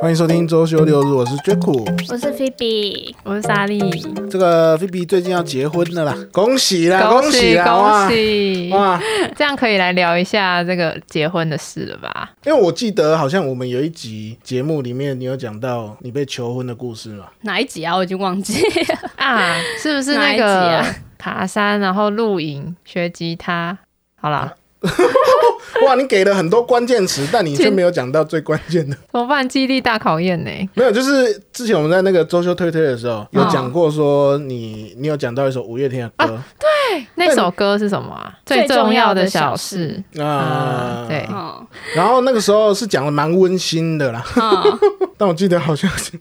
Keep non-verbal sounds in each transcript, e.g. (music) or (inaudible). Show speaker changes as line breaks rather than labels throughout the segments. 欢迎收听周休六日，我是 Jack。
我是 Phoebe，
我是莎莉，
这个菲比最近要结婚了啦，啊恭喜啦，
恭
喜啦，
恭
哇
喜！
哇！
这样可以来聊一下这个结婚的事了吧？
因为我记得好像我们有一集节目里面，你有讲到你被求婚的故事
(laughs)
嘛？
哪一集啊？我已经忘 (laughs) 记了。
啊，是不是
哪一
那
集
个、
啊
爬山，然后露营、学吉他？
啊
好啦，
哇，你给了很多关键词，但你却没有讲到最关键
(laughs)
的。
怎么办？记忆力大考验呢、
没有，就是之前我们在那个周休推推的时候，有讲过说
啊
你你有讲到一首五月天的歌
那首歌是什么啊？
最
重要的
重要的小
小事。
啊
啊，对
嗯
然后那个时候是讲的蛮温馨的啦，
嗯，
但我记得好像是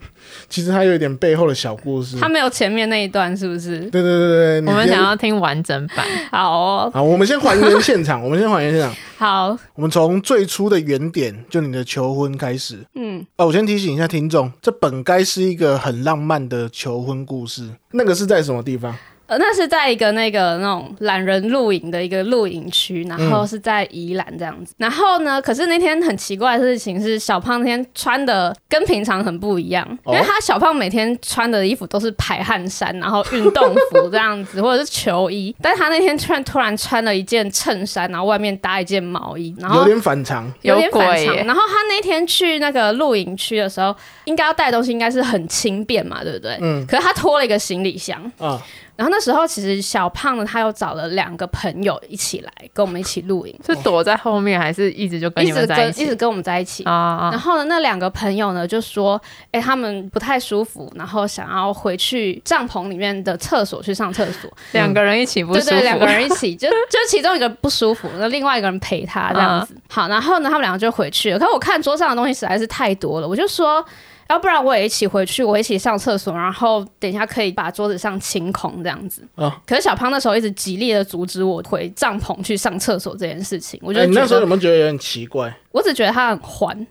其实它有一点背后的小故事。
他没有前面那一段，是不是？
(laughs) 对对对对，你
我们
先
想要听完整版，
好哦，
好，我们先还原现场， (laughs) 我们先还原现场，
好，
我们从最初的原点，就你的求婚开始。
嗯，
哦，我先提醒一下听众，这本该是一个很浪漫的求婚故事，那个是在什么地方？
呃，那是在一个那个那种懒人露营的一个露营区，然后是在宜兰这样子。然后呢，可是那天很奇怪的事情是，小胖那天穿的跟平常很不一样，
哦
因为他小胖每天穿的衣服都是排汗衫，然后运动服这样子， (laughs) 或者是球衣，但是他那天突然突然穿了一件衬衫，然后外面搭一件毛衣，然后
有点反常，
有点反
有
常
鬼耶。
然后他那天去那个露营区的时候，应该要带东西，应该是很轻便嘛，对不对？
嗯
可是他拖了一个行李箱，
啊，
然后那时候其实小胖呢，他又找了两个朋友一起来跟我们一起露营，
是躲在后面还是一直就跟
一
你
直
们在
跟
一
一
起
直？跟我们在一起。
啊啊！
然后呢，那两个朋友呢就说，哎、他们不太舒服，然后想要回去帐篷里面的厕所去上厕所。
两个人一起不
对
舒服，
对，两个人一起，就就其中一个不舒服，那另外一个人陪他啊这
啊
样子。
(laughs)
好，然后呢，他们两个就回去了。可我看桌上的东西实在是太多了，我就说，要不然我也一起回去，我一起上厕所，然后等一下可以把桌子上清空这样子。
哦
可是小胖那时候一直极力的阻止我回帐篷去上厕所这件事情，我
我
就
哎你那
觉
时候
得，
有没有觉得有点奇怪？
我只觉得他很欢，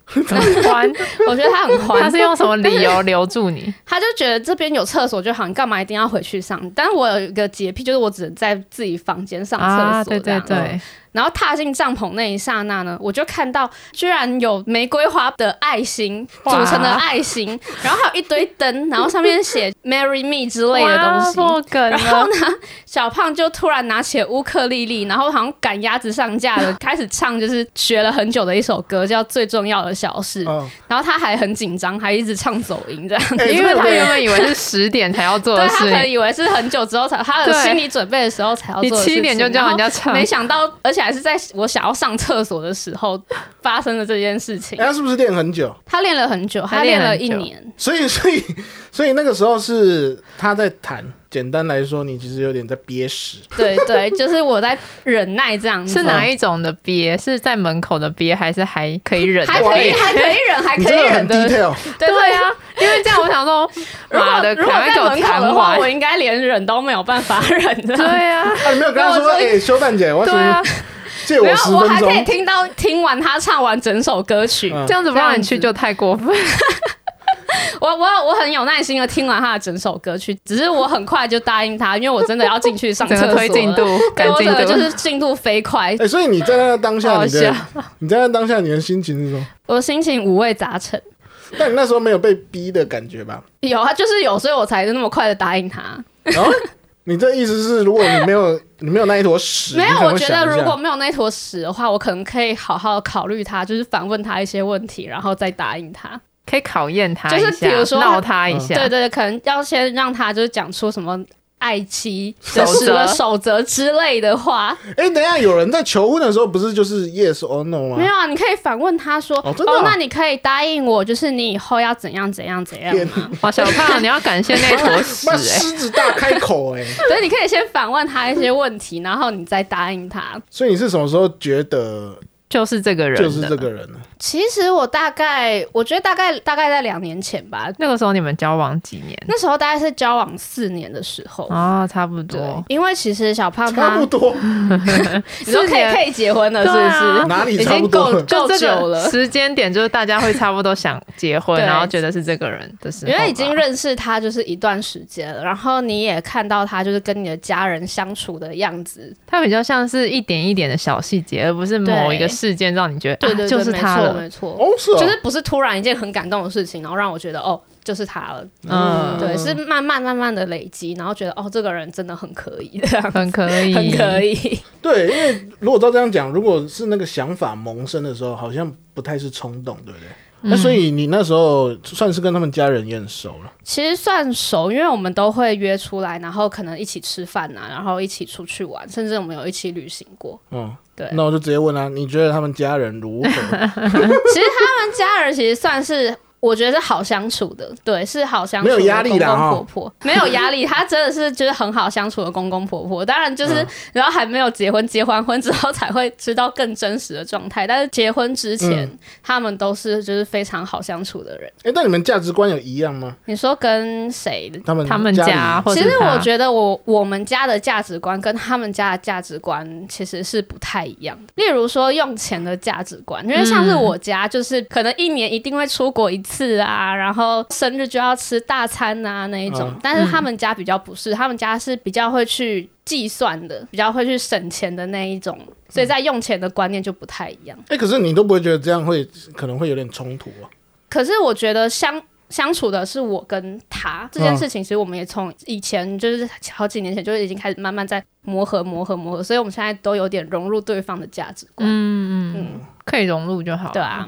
关，
我觉得他很欢，
啊
(laughs)
他是用什么理由留住你？
他就觉得这边有厕所就好，你干嘛一定要回去上？但是我有一个洁癖，就是我只能在自己房间上厕
啊，
所
对
这
对
样子。
对，
然后踏进帐篷那一刹那呢，我就看到居然有玫瑰花的爱心组
哇
成的爱心， (laughs) 然后还有一堆灯，然后上面
(laughs)
写 “marry me” 之类的
哇
东西。
破梗啊
然
了
(laughs) 后。呢，小胖就突然拿起了乌克丽丽，然后好像赶鸭子上架
(laughs)
了，开始唱就是学了很久的一首歌，叫《最重要的小事》。
哦
嗯，
然后他还很紧张，还一直唱走音这样。
哎
因为他
这个
原本以为是十点才要做
对
的
他
事
可能
情，
以为是很久之后才，他有
对
心理准备的时候才要
你
做的事情。
七点就叫人家
(laughs)
唱
没想到，而且还是在我想要上厕所的时候发生了这件事情
哎。他是不是练很久？
他练了很久，他
他练
练了
很
一
久
年，
所以所以所以那个时候是他在谈，简单来说，你其实有点在憋屎。
对对，就是我在忍耐这样子，
是哪一种的憋？是在门口的憋，还是还可以忍？
还可以，
哇
还可以忍，还
你
可
真
以
的
忍
很
的，
detail，
对
对
对
啊。因为这样，我想说，
(laughs) 如果
(laughs) 妈的，
如果
赶快
在
给我
门口
弹
的话，
完
我。应该连忍都没有办法忍的。
(laughs) 对
(laughs)
啊，
啊，你没有跟他说，
没有我说
哎，修蛋姐，我
对
请
啊，
借
没
我
有
十，
我
分
还可以
钟。
听到听完他唱完整首歌曲，
嗯
这样子不让你去就太过分。
我我我很有耐心的听完他的整首歌曲，只是我很快就答应他，因为我真的要进去上厕
(laughs) 整
所
个
了。
推进度、
对
赶
我
进
整个
度，
就是进度飞快
哎、，所以你在那个当下，
好
你的 (laughs) 你在那当下，你的心情是什么？
我心情五味杂陈。
但你那时候没有被逼的感觉吧？
有啊，就是有，所以我才那么快的答应他。
然后你这意思是，如果你没有你没有那一坨屎，
没
你
有，
可能
我
会
觉
想
得
一下
如果没有那坨屎的话，我可能可以好好考虑他，就是反问他一些问题，然后再答应他。
可以考验他
就是
一下，
比如说
闹他一
嗯
下，
对对对，可能要先让他就是讲出什么爱妻
守
就是什么
则
守则之类的话。
哎、等一下有人在求婚的时候不是就是 yes or no 吗？
没有啊，你可以反问他说：“
哦真的啊
那你可以答应我，就是你以后要怎样怎样怎样
天
吗
哇，小胖，你要感谢那坨屎
妈
(laughs)
哎、
狮子大开口哎、？”
所以你可以先反问他一些问题，然后你再答应他。
所以你是什么时候觉得
就是这个人的，
就是这个人呢？
其实我大概，我觉得大概大概在两年前吧，
那个时候你们交往几年？
那时候大概是交往四年的时候。
啊、差不
对
多，。
因为其实小胖
差
他
不，多，
你说
四
可以
年
可以结婚了，是不
对
是
啊？
哪里
已
差不
经
多
够
了？
够
就这
久
个
了，
时间点，就是大家会差不多想结婚，
对
然后觉得是这个人的时候
因
吧，
为已经认识他就是一段时间了，然后你也看到他就是跟你的家人相处的样子，
它比较像是一点一点的小细节，而不是某一个事件让你觉得，
对对对，
啊就是他了，
没错没错。
哦，是哦，
就是不是突然一件很感动的事情，然后让我觉得哦，就是他了。
嗯
对，是慢慢慢慢的累积，然后觉得哦，这个人真的很可以，这样
很可以，
很可
以，
以。
对，因为如果照这样讲，如果是那个想法萌生的时候，好像不太是冲动，对不对？那所以你那时候算是跟他们家人也很熟了，
其实算熟，因为我们都会约出来，然后可能一起吃饭呐、然后一起出去玩，甚至我们有一起旅行过。 (laughs)
嗯，
对，
那我就直接问他、你觉得他们家人如 (laughs) 何？
其实他们家人其实算是。我觉得是好相处的，对，是好相处的
没有压力
公
啦
公
哈
婆婆，没有压力，他真的是就是很好相处的公公婆婆。当然就是，
嗯
然后还没有结婚，结完婚之后才会知道更真实的状态。但是结婚之前，
嗯
他们都是就是非常好相处的人。
哎、但你们价值观有一样吗？
你说跟谁
他们
他们
家里
家啊或者
其实
他
我觉得我我们家的价值观跟他们家的价值观其实是不太一样的。例如说用钱的价值观，因为像
嗯
是我家就是可能一年一定会出国一次啊，然后生日就要吃大餐啊那一种。
嗯
但是他们家比较不是，他们家是比较会去计算的，比较会去省钱的那一种，
嗯
所以在用钱的观念就不太一样。
哎、可是你都不会觉得这样会可能会有点冲突啊？ (laughs)
可是我觉得相相处的是我跟
嗯
他这件事情，其实我们也从以前就是好几年前就已经开始慢慢在磨合、磨合、磨合，所以我们现在都有点融入对方的价值观，
嗯可以融入就好，
对，啊，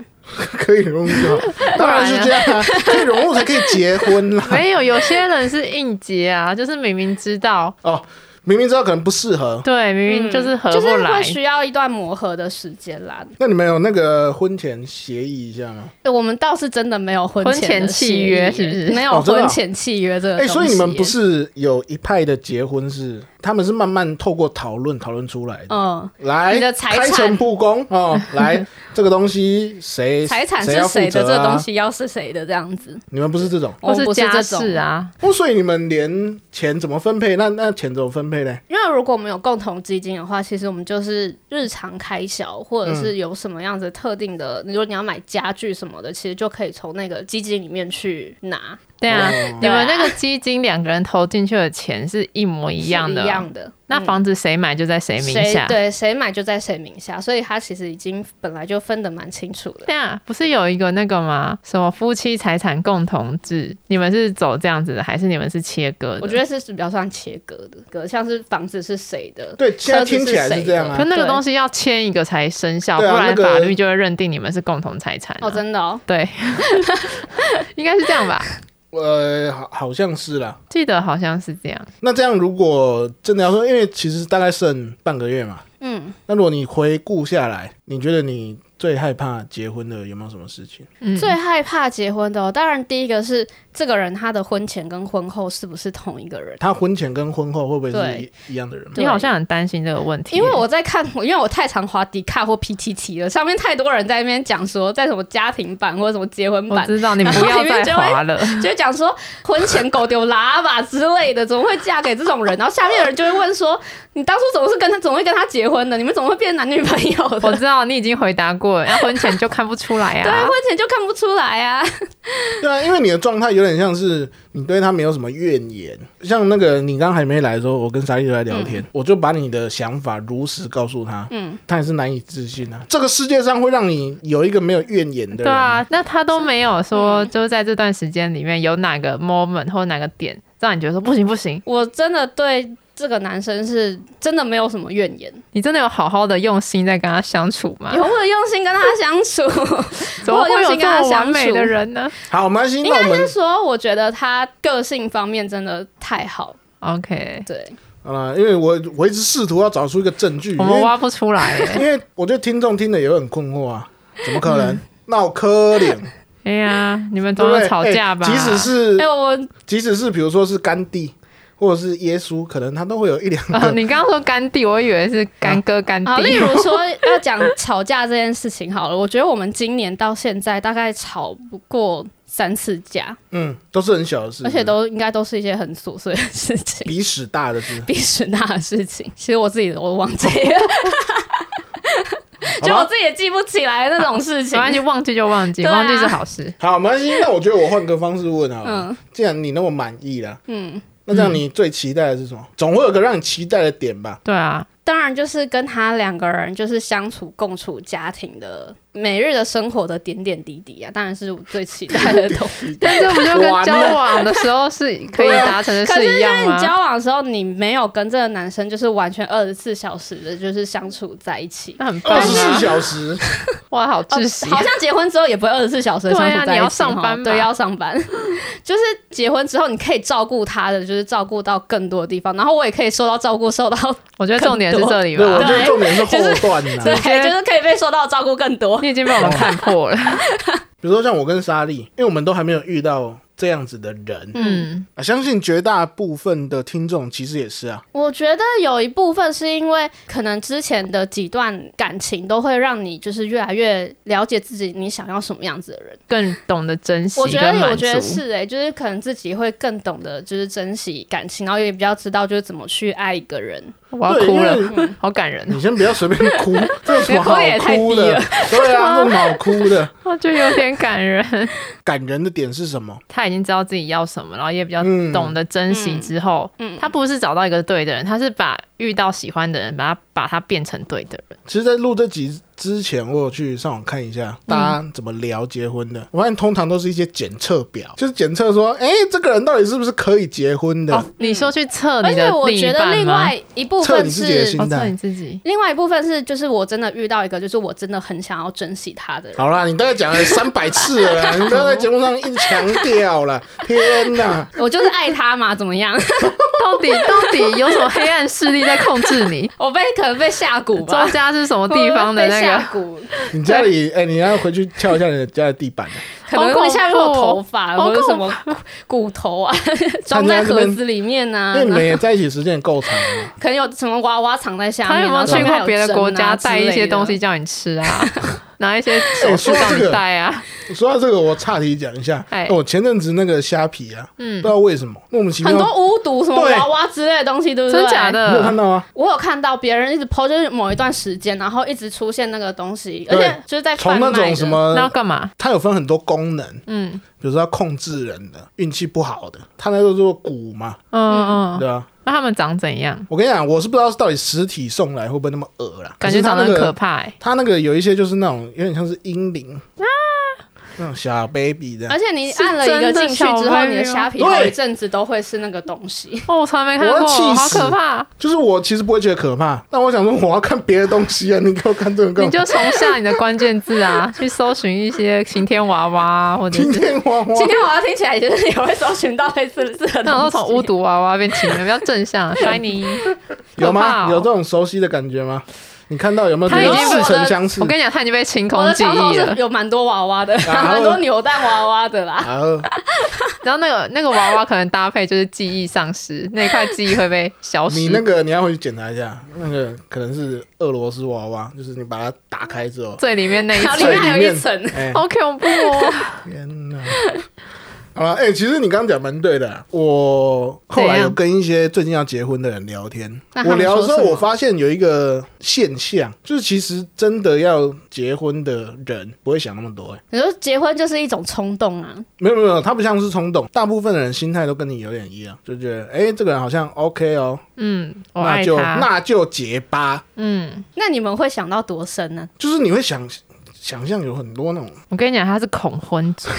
可以融入就 (laughs) 好，当然是这样啊，可以融入才可以结婚啦。 (laughs)
没有，有些人是应节啊， (laughs) 就是明明知道，
哦，明明知道可能不适合，
对，明明就是合
嗯就
不
是
来
会，需要一段磨合的时间啦。
那你们有那个婚前协议一下吗？
呃我们倒是真的没有婚
婚前
的
契
协议
约是不是
没有
哦真的啊
婚前契约这个
哎、
东西耶、
所以你们不是有一派的结婚是，他们是慢慢透过讨论讨论出来的。
嗯。
来，
你的财
开
产
诚布公
(laughs)
哦，来，这个东西谁
财产
谁
是
要负
谁的？
责
这个
啊
东，西要是谁的？这样子，
你们不是这种
我们
或
哦不
是家
这种
事啊，
哦，所以你们连钱怎么分配？那那钱怎么分配呢？
因为如果我们有共同基金的话，其实我们就是日常开销，或者是有什么样子特定的，如果你要买家具什么的，其实就可以从那个基金里面去拿，
对啊，
哦
你们那个基金两个人投进去的钱是一模一样的，啊
是一样的。
那
嗯
房子谁买就在谁名
谁
下。
对谁买就在谁名下，所以他其实已经本来就分得蛮清楚的。
对啊，不是有一个那个吗？什么夫妻财产共同制？你们是走这样子的，还是你们是切割的？
我觉得是比较算切割的，割像是房子是谁的，
对，现在
车子
听起来
谁
是这样
可
啊
的。
那个
对
东西要签一个才生效，
对啊
不然
那个
法律就会认定你们是共同财产啊、
哦，真的哦，
对， (laughs) 应该是这样吧？
呃，好，好像是啦。
记得好像是这样。
那这样如果真的要说，因为其实大概剩半个月嘛，
嗯，
那如果你回顾下来，你觉得你最害怕结婚的有没有什么事情？
嗯，
最害怕结婚的哦、当然第一个是这个人他的婚前跟婚后是不是同一个人。
他婚前跟婚后会不会是
对
一一样的人吗？
你好像很担心这个问题，
因为我在看，因为我太常滑迪卡或 PTT 了，上面太多人在那边讲说，在什么家庭版或者什么结婚
我
版，
知道你
然
不
后
要
里面
再
就会
滑了，
就讲说婚前狗丢喇叭之类的，怎么会嫁给这种人？然后下面的人就会问说，你当初怎么是跟他，怎么会跟他结婚的？你们怎么会变男女朋友
我
的？
知道你已经回答过了，然后婚前就看不出来
(laughs) 对啊，
啊
婚。前就看不出来啊。
对啊，因为你的状态有点像是你对他没有什么怨言。像那个你刚还没来的时候，我跟沙莉就在聊
嗯
天，我就把你的想法如实告诉他，嗯，他也是难以置信啊。这个世界上会让你有一个没有怨言的人，
对啊，那他都没有说，就是在这段时间里面有哪个 moment 或哪个点让你觉得说不行不行，
我真的对这个男生是真的没有什么怨言，
你真的有好好的用心在跟他相处吗？
有我用心跟他相处。
啊 (laughs) 怎么会有这么
我有用心跟他
完美
相
的
处
人呢
好，没关系，那我
但
们
是说，我觉得他个性方面真的太好，
？OK，
对。
啊、因为我我一直试图要找出一个证据，
我
因
们
为
挖不出来耶。
(laughs) 因为我觉得听众听的也会很困惑啊，怎么可
嗯
能？闹科
(laughs)
脸，
哎呀，你们
对
总
不
有
对？
吵架吧？
哎即使是
哎、我
即使是比如说是甘地或者是耶稣，可能他都会有一两个、
(laughs) 哦，你刚刚说干弟，我以为是干哥干弟
啊，。例如
哦
说要讲吵架这件事情好了，我觉得我们今年到现在大概吵不过三次架，
嗯，都是很小的事，
而且都应该都是一些很琐碎的事情， (laughs)，
鼻屎大的事
鼻屎大的事情。其实我自己我忘记了，就
好
我
吧
自己也记不起来那种事
没
情。
关系，忘记就忘记，
对啊
忘记是好事。
好，没关系。那我觉得我换个方式问好了。
嗯
既然你那么满意了，
嗯，
那这样你最期待的是什么？总会有个让你期待的点吧？ (laughs)
对啊，
当然就是跟他两个人就是相处、共处家庭的每日的生活的点点滴滴啊，当然是我最期待的东西。
但这不就
完
跟
了
交往的时候是可以达成的
可
事
是
一
因
样
为
吗
你？交往的时候，你没有跟这个男生就是完全二十四小时的，就是相处在一起。
那很棒
二十四
啊！
小时，
哇，好
哦
窒息啊。
好像结婚之后也不会二十四小时地相处在一起
对啊你要
哈
上班吧
对，要上班。 (laughs) 就是结婚之后，你可以照顾他的，就是照顾到更多的地方，然后我也可以受到照顾，受到
我觉得重点是这里
对，我
吧
觉。得重点是后段呐、
对，
觉
(laughs)
得
就是可以被受到照顾更多。
你已经被我们看破了，
比如说像我跟莎莉，因为我们都还没有遇到这样子的人、
嗯，
啊，相信绝大部分的听众其实也是啊，
我觉得有一部分是因为可能之前的几段感情都会让你就是越来越了解自己，你想要什么样子的人。
更懂得珍惜
我觉得
跟，满
我觉得
足。
是诶、欸就是可能自己会更懂得就是珍惜感情，然后也比较知道就是怎么去爱一个人。
我要
对
哭
因为嗯
了，好感人
你。先不要随便
(laughs)
哭，这有什么好
你的哭也太
哭
低
的
了？
对啊，这有什么好哭的？
我觉得有点感人。
感人的点是什么？
他已经知道自己要什么，然后也比较
嗯
懂得珍惜。之
嗯
后，他不是找到一个对的人，他是把遇到喜欢的人，把他把他变成对的人。
其实，在录这集之前，我有去上网看一下大
嗯
家怎么聊结婚的。我发现通常都是一些检测表，就是检测说，哎、这个人到底是不是可以结婚的？
哦，你说去测
而
你
且
的
我
另
觉
一
得
半
另
吗？
外一部
测你
分
自己的
是
心
哦，测
态
你。自己。
另外一部分是就是我真的遇到一个就是我真的很想要珍惜他的人。
好啦，你大概讲了三百次了啦，你不要在节目上一直强调了。天哪，
(laughs) 我就是爱他嘛，怎么样？？
到底到底有什么黑暗势力在控制你 (laughs)
我被可能被下蛊吧
周，家是什么地方的那
被下
个？
蛊，
你家里哎、你要回去翘一下你的家的地板啊，
(laughs) 可能会下面会有头发或
好恐
者
怖
什么骨
(laughs)
头啊，装在盒子里面呐、
因为你们
啊，
也在一起时间也够长了。
可能有什么娃娃藏在下
他
面。
有没有
然后
去
上面还
过
有
别的国家
针啊
带一
之类
些
的
东西？叫你吃
(laughs)
啊？拿一些首
哎
饰
说到
叫
这
你
个
戴啊？
说到这个，我岔题讲一下
哎，嗯
我前阵子那个虾皮啊，不知道为什么莫名其妙
很多巫毒什么
对
娃娃之类的东西，对不对？
真假？
你有看
的？
到啊吗？
我有看到别人一直 PO，就是某一段时间，然后一直出现那个东西，而
对
且就是在贩
从那
卖
种
的
什
那要
么，
干嘛？
它有分很多功能，
嗯
比如说要控制人的，运气不好的，它那都做鼓嘛，
嗯嗯，
对吧？
那他们长怎样？
我跟你讲，我是不知道到底实体送来会不会那么恶啦，
感觉长得
是
很
它那
可
个
怕哎。
它那个有一些就是那种有点像是阴灵啊，那种小 baby 的
而。且你按了一个进去之后，你的虾皮好一阵子都会是那个东西。
哦，我从来没
我
看
要
过，
气
好
死
可怕！
就是我其实不会觉得可怕，但我想说我要看别的东西啊，你给我看这个干
你
嘛？
就重下你的关键字啊，去搜寻一些晴天娃娃，或者
今
是
天花花
今天我要听起来就是也会搜寻到类似的这个
那我都
东
从
西。
巫毒娃娃变晴天，比较正向啊，shiny。
(laughs) 有
可怕
吗？
哦
有这种熟悉的感觉吗？你看到有没有觉
他
得
已经
似曾相识
我？跟你讲，他已经被清
我
空
的
记
床头 (laughs)
忆
是
了。
有蛮多娃娃的，
然后
蛮多扭蛋娃娃的啦。
然后
然后那个那个娃娃可能搭配就是记忆丧失，那块记忆会被消失。
你那个你要回去检查一下，那个可能是俄罗斯娃娃，就是你把它打开之
(laughs)
后，
最里面那一
然后
里
里
层
面还
面，还
有
有
一
一层，
哎、
好恐怖哦！
天哪！好了，哎、其实你刚刚讲蛮对的啊。我后来
怎
有
样
跟一些最近要结婚的人聊天，
那他
我
们
聊的时候，
说什么
我发现有一个现象，就是其实真的要结婚的人不会想那么多、哎，
你说结婚就是一种冲动啊，
没有没有没有，他不像是冲动，大部分的人心态都跟你有点一样，就觉得哎、这个人好像 OK 哦，
(laughs) 嗯，我
那
爱
就
他。
那就结吧。
嗯，
那你们会想到多深呢？
就是你会想想象有很多那种，
我跟你讲，他是恐婚族，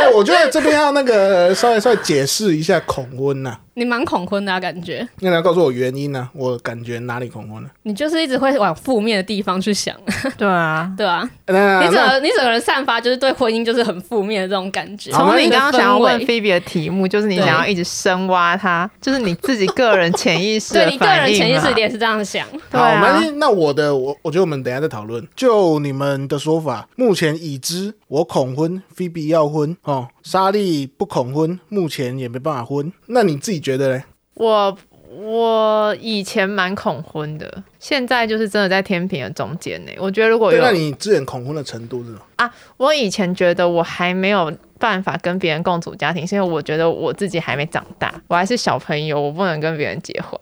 哎、我觉得这边要那个 (laughs) 稍微稍微解释一下恐婚呐、
你蛮恐婚的啊，感觉
那你要告诉我原因呢、我感觉哪里恐婚啊了、
你就是一直会往负面的地方去想，
(laughs) 对啊。
对啊，
哎那
你整
那
个你整个人散发就是对婚姻就是很负面的这种感觉。
好
从
那
你
个
刚刚想要
氛
问
围
Phoebe 的题目，就是你想要一直深挖他，就是你自己个人潜意 (laughs) 识的
对你个人
反应啊
潜意
嘛
识里也是这样想，
对
好，
啊
那那我的我我觉得我们等一下再讨论。就你们的说法，目前已知我恐婚，菲比要婚哦，莎莉不恐婚，目前也没办法婚。那你自己觉得嘞？
我我以前蛮恐婚的，现在就是真的在天平的中间呢。我觉得如果
对，那
有
你之前恐婚的程度是什么？
我以前觉得我还没有办法跟别人共处家庭，是因 (laughs) 为我觉得我自己还没长大，我还是小朋友，我不能跟别人结婚。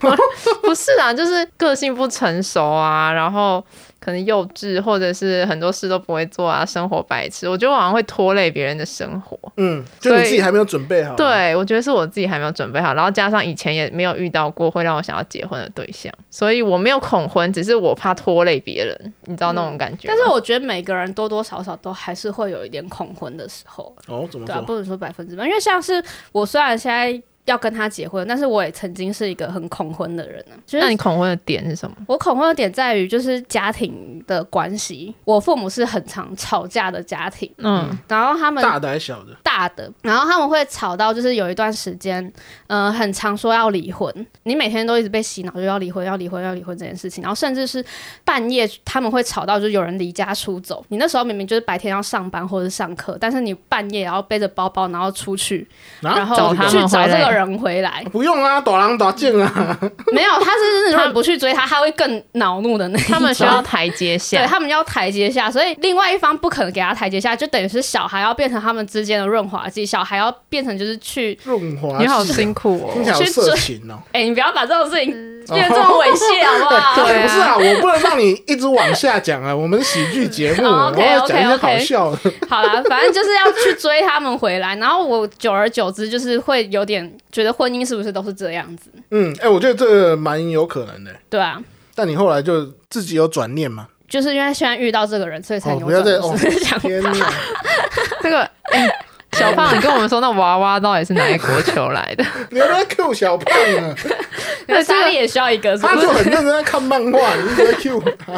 不是啊，就是个性不成熟啊，然后可能幼稚，或者是很多事都不会做啊，生活白痴。我觉得我好像会拖累别人的生活。
嗯，就
所
你
以
自己还没有准备好。，
对，我觉得是我自己还没有准备好，然后加上以前也没有遇到过会让我想要结婚的对象，所以我没有恐婚，只是我怕拖累别人，你知道那种感觉吗、
但是我觉得每个人多多少少都还是会有一点恐婚的时候，
哦，怎么
对啊，
说？
不能说百分之百，因为像是我虽然现在要跟他结婚，但是我也曾经是一个很恐婚的人呢、啊。就
那
是
你恐婚的点是什么？
我恐婚的点在于就是家庭的关系，我父母是很常吵架的家庭，
嗯，
然后他们
大的还是小的？啊
大的，然后他们会吵到，就是有一段时间，呃，很常说要离婚，你每天都一直被洗脑，就要离婚，要离婚，要离婚这件事情，然后甚至是半夜他们会吵到，就是有人离家出走，你那时候明明就是白天要上班或者是上课，但是你半夜也要背着包包然后出去，
啊
然后
找他
去
们
找
回
这
来
个人回来，
不用啊，打狼打剑啊，
(laughs)
(laughs)
没有，他是如果你不去追他，他会更恼怒的那一种
他们需要台阶下
对。他们要台阶下，所以另外一方不可能给他台阶下，就等于是小孩要变成他们之间的润滑剂，小孩要变成就是去
润滑。
你好，辛苦
(laughs) 听起来
哦，
好
去
色
追
情哦。
哎、你不要把这种事情变得这么猥亵，
(laughs)
好不好？
嗯对啊
不是啊，我不能让你一直往下讲啊，我们是喜剧节目，我
哦，OK，
要讲一些好
OK，OK
笑的。
好啦，反正就是要去追他们回来。然后我久而久之就是会有点觉得婚姻是不是都是这样子？
嗯，哎，我觉得这个蛮有可能的。
对啊，
但你后来就自己有转念嘛？
就是因为现在遇到这个人，所以才
哦，
扭
不要
转
再
了
哦
啊我的想，
天
法。
哪！
这个、哎小胖，你跟我们说那娃娃到底是哪一国球来
(laughs)
的？
你在 Q 小胖啊，
那莎莉也需要一个，是
他
不是
就？很认真在看漫画，你一直在 Q 他。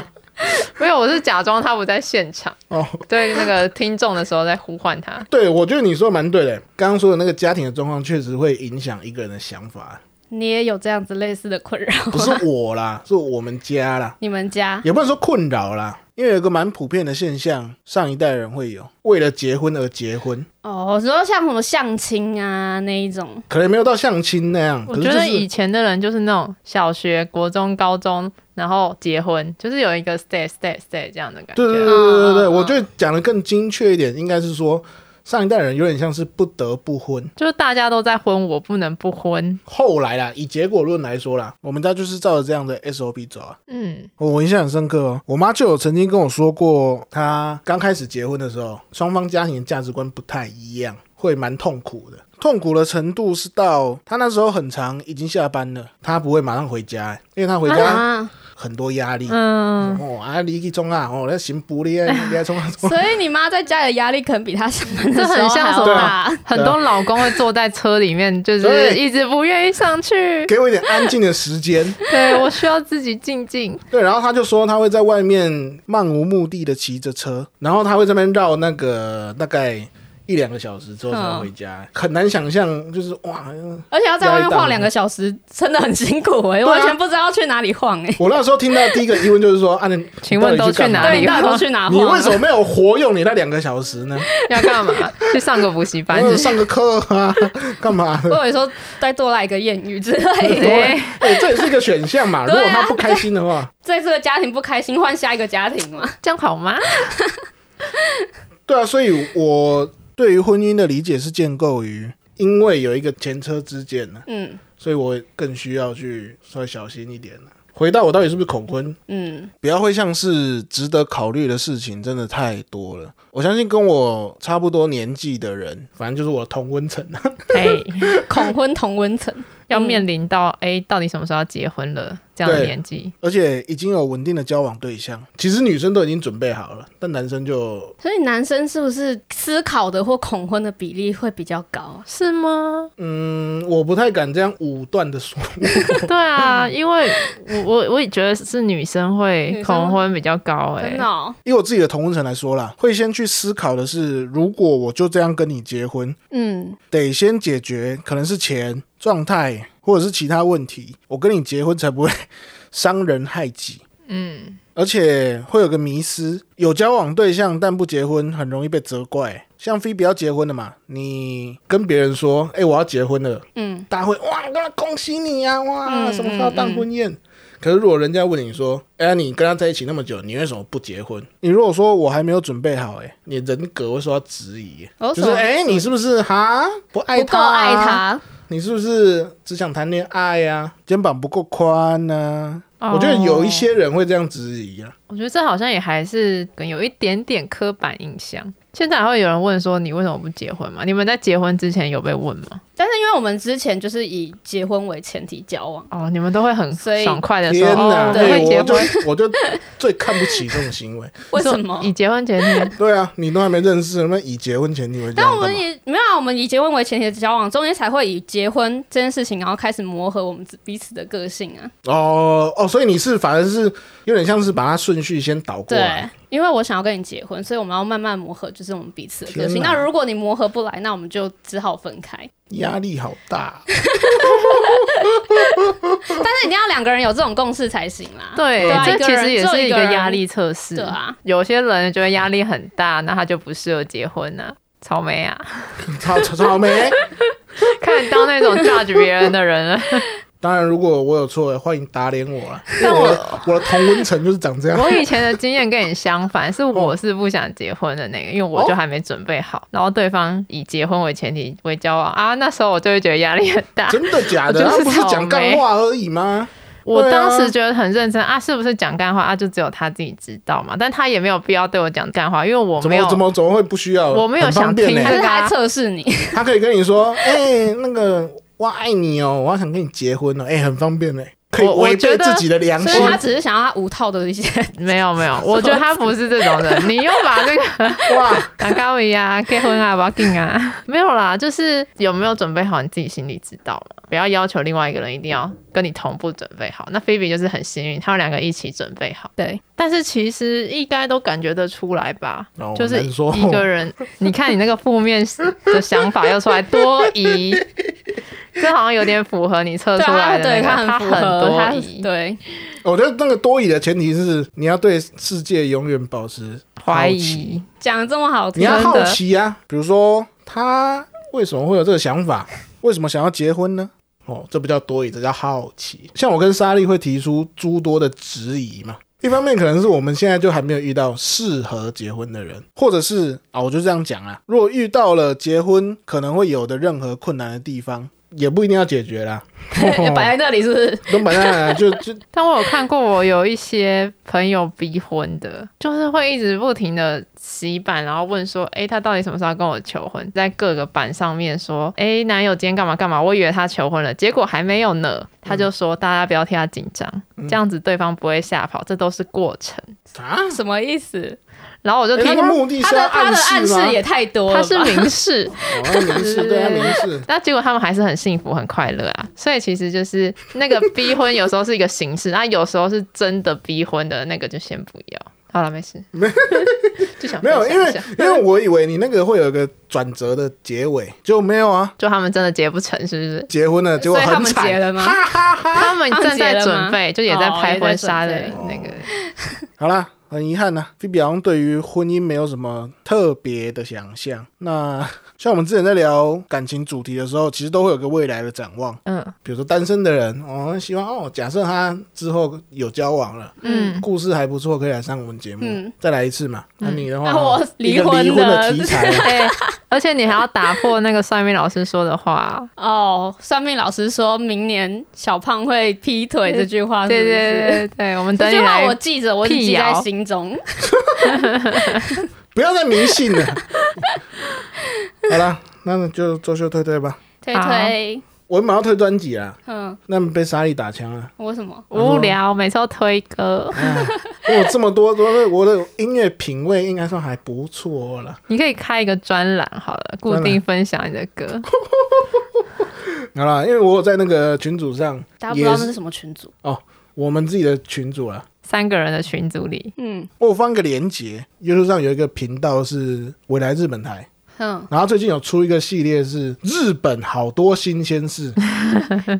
没有，我是假装他不在现场，
哦，
对那个听众的时候在呼唤他。
对，我觉得你说得蛮对的。刚刚说的那个家庭的状况，确实会影响一个人的想
(laughs)
法。
你也有这样子类似的困扰？
不是我啦，是我们家啦，
你们家
也不能说困扰啦，因为有一个蛮普遍的现象，上一代人会有为了结婚而结婚，
哦，你说像什么相亲啊那一种，
可能没有到相亲那样，
我
可是
觉
就
得以
是
前的人就是那种小学、国中、高中，然后结婚，就是有一个 stay stay stay 这样的感觉。
对对对对
嗯
对对，
嗯
我觉得讲的更精确一点，应该是说上一代人有点像是不得不婚。
就是大家都在婚，我不能不婚。
后来啦，以结果论来说啦，我们家就是照着这样的 SOP 走啊。
嗯，
我印象很深刻哦，我妈就有曾经跟我说过，她刚开始结婚的时候，双方家庭价值观不太一样，会蛮痛苦的。痛苦的程度是到她那时候很长，已经下班了，她不会马上回家，欸因为她回家
啊，
很多压力。
嗯，
哦，啊，你去冲啊，哦，那行不哩，你来冲啊 (laughs) 冲啊。
所以你妈在家里的压力可能比她上班的时
这
候
很像
还要
什么
大。
很多老公会坐在车里面，就
对
是一直不愿意上去。
给我一点安静的时间，
对我需要自己静静。
对，然后她就说她会在外面漫无目的的骑着车，然后她会这边绕那个大概一两个小时之后才回家，很难想象，就是哇，
而且要在外面晃两个小时，真的很辛苦哎、
对啊
完全不知道要去哪里晃哎、
我那时候听到第一个疑问就是说，啊，你
(laughs) 请问都去哪
对，
里
你到底都去哪
你
晃了？
为什么没有活用你那两个小时呢？
(laughs) 要干嘛？去上个补习班
然？后上个课啊，干嘛？
我以为说再多来一个艳遇之类
(laughs)
的。
对，
对，哎这也是一个选项
(laughs)
嘛。如
对啊
果他不开心的话，
在这个家庭不开心，换下一个家庭嘛。
这样好吗？
对啊，所以我对于婚姻的理解是建构于，因为有一个前车之鉴啊呢，
嗯
所以我更需要去稍微小心一点了。回到我到底是不是恐婚，
嗯，
比较会像是值得考虑的事情，真的太多了。我相信跟我差不多年纪的人，反正就是我的同温层啊， (laughs)
哎，
恐婚同温层，
(laughs) 要面临到
嗯
哎，到底什么时候要结婚了这样的
对
年纪？
而且已经有稳定的交往对象，其实女生都已经准备好了，但男生就
所以男生是不是思考的或恐婚的比例会比较高啊？
是吗？
(laughs)
嗯，我不太敢这样武断的说。 (laughs)
对啊，因为我我我也觉得是女生会
女生
恐婚比较高哎、
真的、哦，
以我自己的同温层来说啦，会先去思考的是，如果我就这样跟你结婚，
嗯，
得先解决可能是钱、状态或者是其他问题，我跟你结婚才不会伤人害己。
嗯，
而且会有个迷失，有交往对象但不结婚，很容易被责怪。像菲比要结婚了嘛，你跟别人说：“哎、我要结婚了。”
嗯，
大家会哇，恭喜你呀、哇，
嗯
什么时候办婚宴？可是如果人家问你说：“哎、呀，你跟他在一起那么久，你为什么不结婚？”你如果说我还没有准备好、哎，你人格会受到质疑，
哦
就是
什么
哎、你是不是哈不爱
不
他、啊
够爱，他，
你是不是只想谈恋爱呀、肩膀不够宽呢、
哦
我觉得有一些人会这样质疑啊。
我觉得这好像也还是有一点点刻板印象。现在还会有人问说你为什么不结婚嘛？你们在结婚之前有被问吗？
但是因为我们之前就是以结婚为前提交往，
哦，你们都会很
所以
爽快的说
天
哦
哪，，
对，
哎
会结
我就
婚。
我就最看不起这种行为。
为什么？
以结婚前提，
对啊，你都还没认识，那以结婚前提为这
但
样
我
干
们
嘛？
也没有啊，我们以结婚为前提的交往，中间才会以结婚这件事情，然后开始磨合我们自彼此的个性啊。
哦哦，所以你是反而是有点像是把它顺序先倒过
对
来。，
因为我想要跟你结婚，所以我们要慢慢磨合，就是我们彼此的个性。
天哪
那如果你磨合不来，那我们就只好分开。
压力好大， (laughs)
但是一定要两个人有这种共识才行啦。
对，
啊
这
一个
其
人
实也
只有
是
一
一
个
个
人
压力测试。
对啊，
有些人觉得压力很大，那他就不适合结婚啊。草莓啊， (laughs)
草草草莓。
看你当那种 judge 别人的人了。 (laughs)
当然，如果我有错，欢迎打脸我啊！因为
但
我
我
的我的同温层就是长这样。
我以前的经验跟你相反，
哦
是我是不想结婚的那个，因为我就还没准备好。然后对方以结婚为前提为交往啊，那时候我就会觉得压力很 (laughs) 大。
真的假的？
我就
他
是
不是讲干话而已吗？
我
对啊
当时觉得很认真啊，是不是讲干话啊？就只有他自己知道嘛。但他也没有必要对我讲干话，因为我
怎
没有
么怎么怎么会不需要？
我没有
很方
想
便
听
呢
还是
这个啊
他在测试你，
他可以跟你说，哎、那个我爱你哦，我想跟你结婚哦，哎、很方便嘞，可以
我我
违背
觉得
自己的
(laughs)
良
所
心
以。他只是想要他无套的一
(laughs)
些。
没有没有，我觉得他不是这种
(laughs)
人。你又把这个
哇，
打高一啊，结婚啊，不要紧啊， (laughs) 没有啦，就是有没有准备好，你自己心里知道嘛。不要要求另外一个人一定要跟你同步准备好。那菲比就是很幸运，他们两个一起准备好。
对，
但是其实应该都感觉得出来吧，
哦
就是
难说
一个人，你看你那个负面的想法又出来，多
(laughs)
疑，这好像有点符合你测
(laughs) 对
出
啊，
来的那
对
个，
他
他
很符合，他
多疑，
对，
我觉得那个多疑的前提是你要对世界永远保持
怀
好奇，
疑，
讲得这么好
你
听
要，
真的
好
(laughs)
奇啊，比如说他为什么会有这个想法，为什么想要结婚呢？哦，这不叫多疑，这叫好奇。像我跟莎莉会提出诸多的质疑嘛，一方面可能是我们现在就还没有遇到适合结婚的人，或者是啊，我就这样讲啊，如果遇到了结婚可能会有的任何困难的地方，也不一定要解决啦，
哦
哦
摆在那里是不是？
都摆在那就就
但我有看过，我有一些朋友逼婚的，就是会一直不停的洗版，然后问说，诶，他到底什么时候要跟我求婚？在各个版上面说，诶，男友今天干嘛干嘛，我以为他求婚了，结果还没有呢。他就说，大家不要替他紧张，这样子对方不会吓跑，这都是过程。
(laughs)
啊，
什么意思？
然后我就
欸
听
他的目的
他
是要
的他的暗
示吗？
示也太多
他
了
是
吧？
明示，
哦，他明示，对，他明示。
那结果他们还是很幸福、很快乐啊。所以其实就是那个逼婚，有时候是一个形式，那有时候是真的逼婚的那个就先不要。好了，没事，就
啊
想
没有，
分
因
享
为
一下
因为我以为你那个会有一个转折的结尾，结果没有啊。
就他们真的结不成，是不是？
结婚了，结果
所以他
很
们
惨，
结了吗
哈哈哈。
他们正在准备，就也在拍婚纱的
哦也在
那个。
好啦，很遗憾呢、菲比好像对于婚姻没有什么特别的想象。那 (laughs) 像我们之前在聊感情主题的时候，其实都会有个未来的展望，
嗯
比如说单身的人，哦，希望哦，假设他之后有交往了，
嗯，
故事还不错，可以来上我们节目，
嗯
再来一次嘛。那、你的话，
那啊我
一个
哦离婚哎
离婚的
了
题
(laughs)
材啊，
对，而且你还要打破那个算命老师说的话。
哦，算命老师说明年小胖会劈腿这句话是不
对
是，
对对对对，我们等
这
你
句话
来
我记着，我只记
辟
在
谣
心中。
不要再迷信
(laughs)
了。好啦，那就周秀推推吧。
推
好
推，
我们马上推专辑啊，
嗯，
那被莎莉打枪了。
为什么？
无聊，每次都推歌。
我有这么多，我我的音乐品味应该算还不错了。
你可以开一个专栏好了，固
专栏
定分享你的歌。
好啦，因为我有在那个群组上
大家，不知
也
道那
是
是什么群组？
我们自己的群组啊啦。
三个人的群组里，
嗯，
我有放个链接，YouTube 上有一个频道是未来日本台，
(laughs) 嗯，
然后最近有出一个系列是日本好多新鲜
(laughs)
事，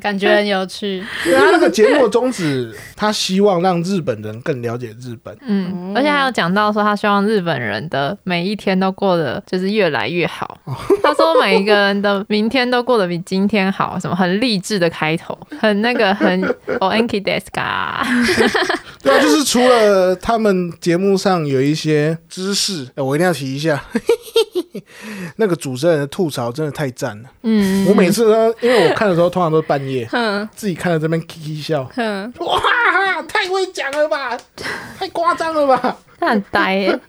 感觉很有趣。
对他那个节目的宗旨，他希望让日本人更了解日本。
嗯，而且还有讲到说，他希望日本人的每一天都过得就是越来越 (laughs) 好。他说每一个人的明天都过得比今天好，什么很励志的开头，很那个 (laughs) 很哦 o n k i desk 啊，
对啊，就是除了他们节目上有一些知识，哎我一定要提一下。 (laughs) 那个主持人的吐槽真的太赞了，
嗯，
我每次呢，因为我看的时候通常都是半夜，
哼
自己看了这边 k k 笑，
哼，
哇，太会讲了吧， (laughs) 太夸张了吧。
他很呆耶、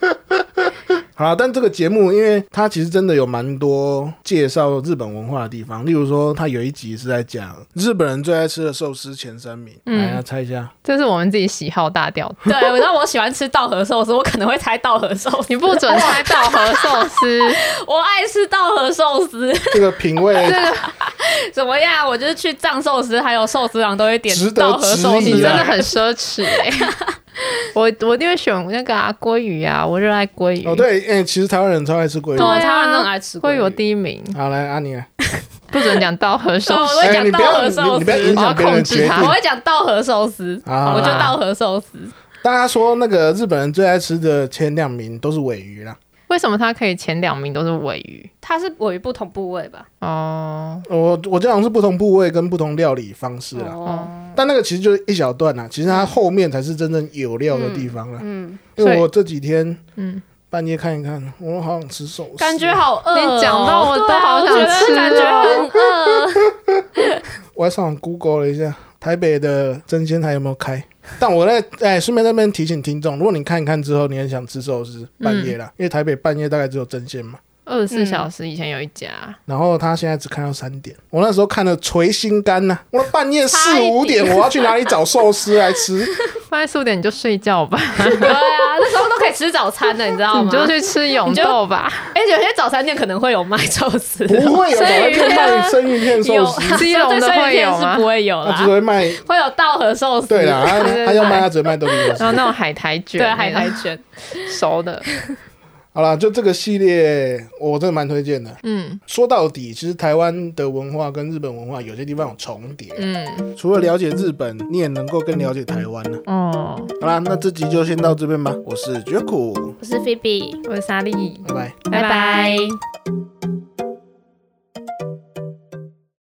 好啦，但这个节目，因为它其实真的有蛮多介绍日本文化的地方，例如说，它有一集是在讲日本人最爱吃的寿司前三名，
嗯
来，要猜一下，
这是我们自己喜好大调。
对，我知道我喜欢吃稻荷寿司，我可能会猜稻荷寿司。
你不准猜稻荷寿司，
(laughs) 我爱吃稻荷寿司， (laughs)
这个品味
怎么样？我就是去藏寿司还有寿司郎都会点
值得
稻荷寿
质
司
疑
(laughs) 你
啊
真，的很奢侈哎、 (laughs) 我我一定会选那个啊鲑鱼啊，我热爱鲑鱼。
哦，对，哎、其实台湾人超爱吃鲑
对
鱼。
啊，台湾人都很爱吃
鲑鱼我
鱼，
第一名，
好，来阿尼来，啊
不准讲稻荷寿
对，我
(laughs) 司。
都会
哎，
讲
你不
稻
要，
荷
你
寿
你不要
司，
影响别人的决
我要控制他
我
定。
会讲稻荷寿司，
啊
我就稻荷寿司。
大家说那个日本人最爱吃的前两名都是尾鱼啦。
为什么它可以前两名都是尾鱼？
它是位于不同部位吧？
哦，
我我这样是不同部位跟不同料理方式啦，
哦，
但那个其实就是一小段啦，其实它后面才是真正有料的地方啦。
嗯，
因为
所以
我这几天
嗯，
半夜看一看，我好想吃寿司，
感觉好饿哦。
你讲到我都好想吃
对啊我觉得感觉很饿。
我还上网 Google 了一下台北的真鲜还有没有开。但我在哎，顺便在那边提醒听众，如果你看一看之后，你很想吃寿司，半夜啦，因为台北半夜大概只有真鲜嘛。
二十四
嗯
小时以前有一家，
然后他现在只看到三点，我那时候看了捶心肝呐、我半夜四五点，我要去哪里找寿司来吃？
放在四五点你就睡觉吧， (laughs)
对啊，那时候都可以吃早餐的，你知道
你
吗？
就去吃永豆吧。
而且有些早餐店可能会有卖寿司
不
的，
会有早餐店
生鱼
卖
片
生鱼片寿
有
司，
基隆的会有吗
是不会有
他
啦
只，会卖。
会啊有稻荷寿司。
对啦，他
对对
他要卖，他只会卖豆皮寿
(laughs) 然后
司。
那种海苔卷，
对海苔卷，
熟的，
好啦，就这个系列，我真的蛮推荐的。
嗯
说到底，其实台湾的文化跟日本文化有些地方有重叠，
嗯，
除了了解日本，你也能够更了解台湾呢、
哦，
好啦，那这集就先到这边吧。我是绝苦，
我是菲比，
我是莎莉，
拜拜。
拜拜。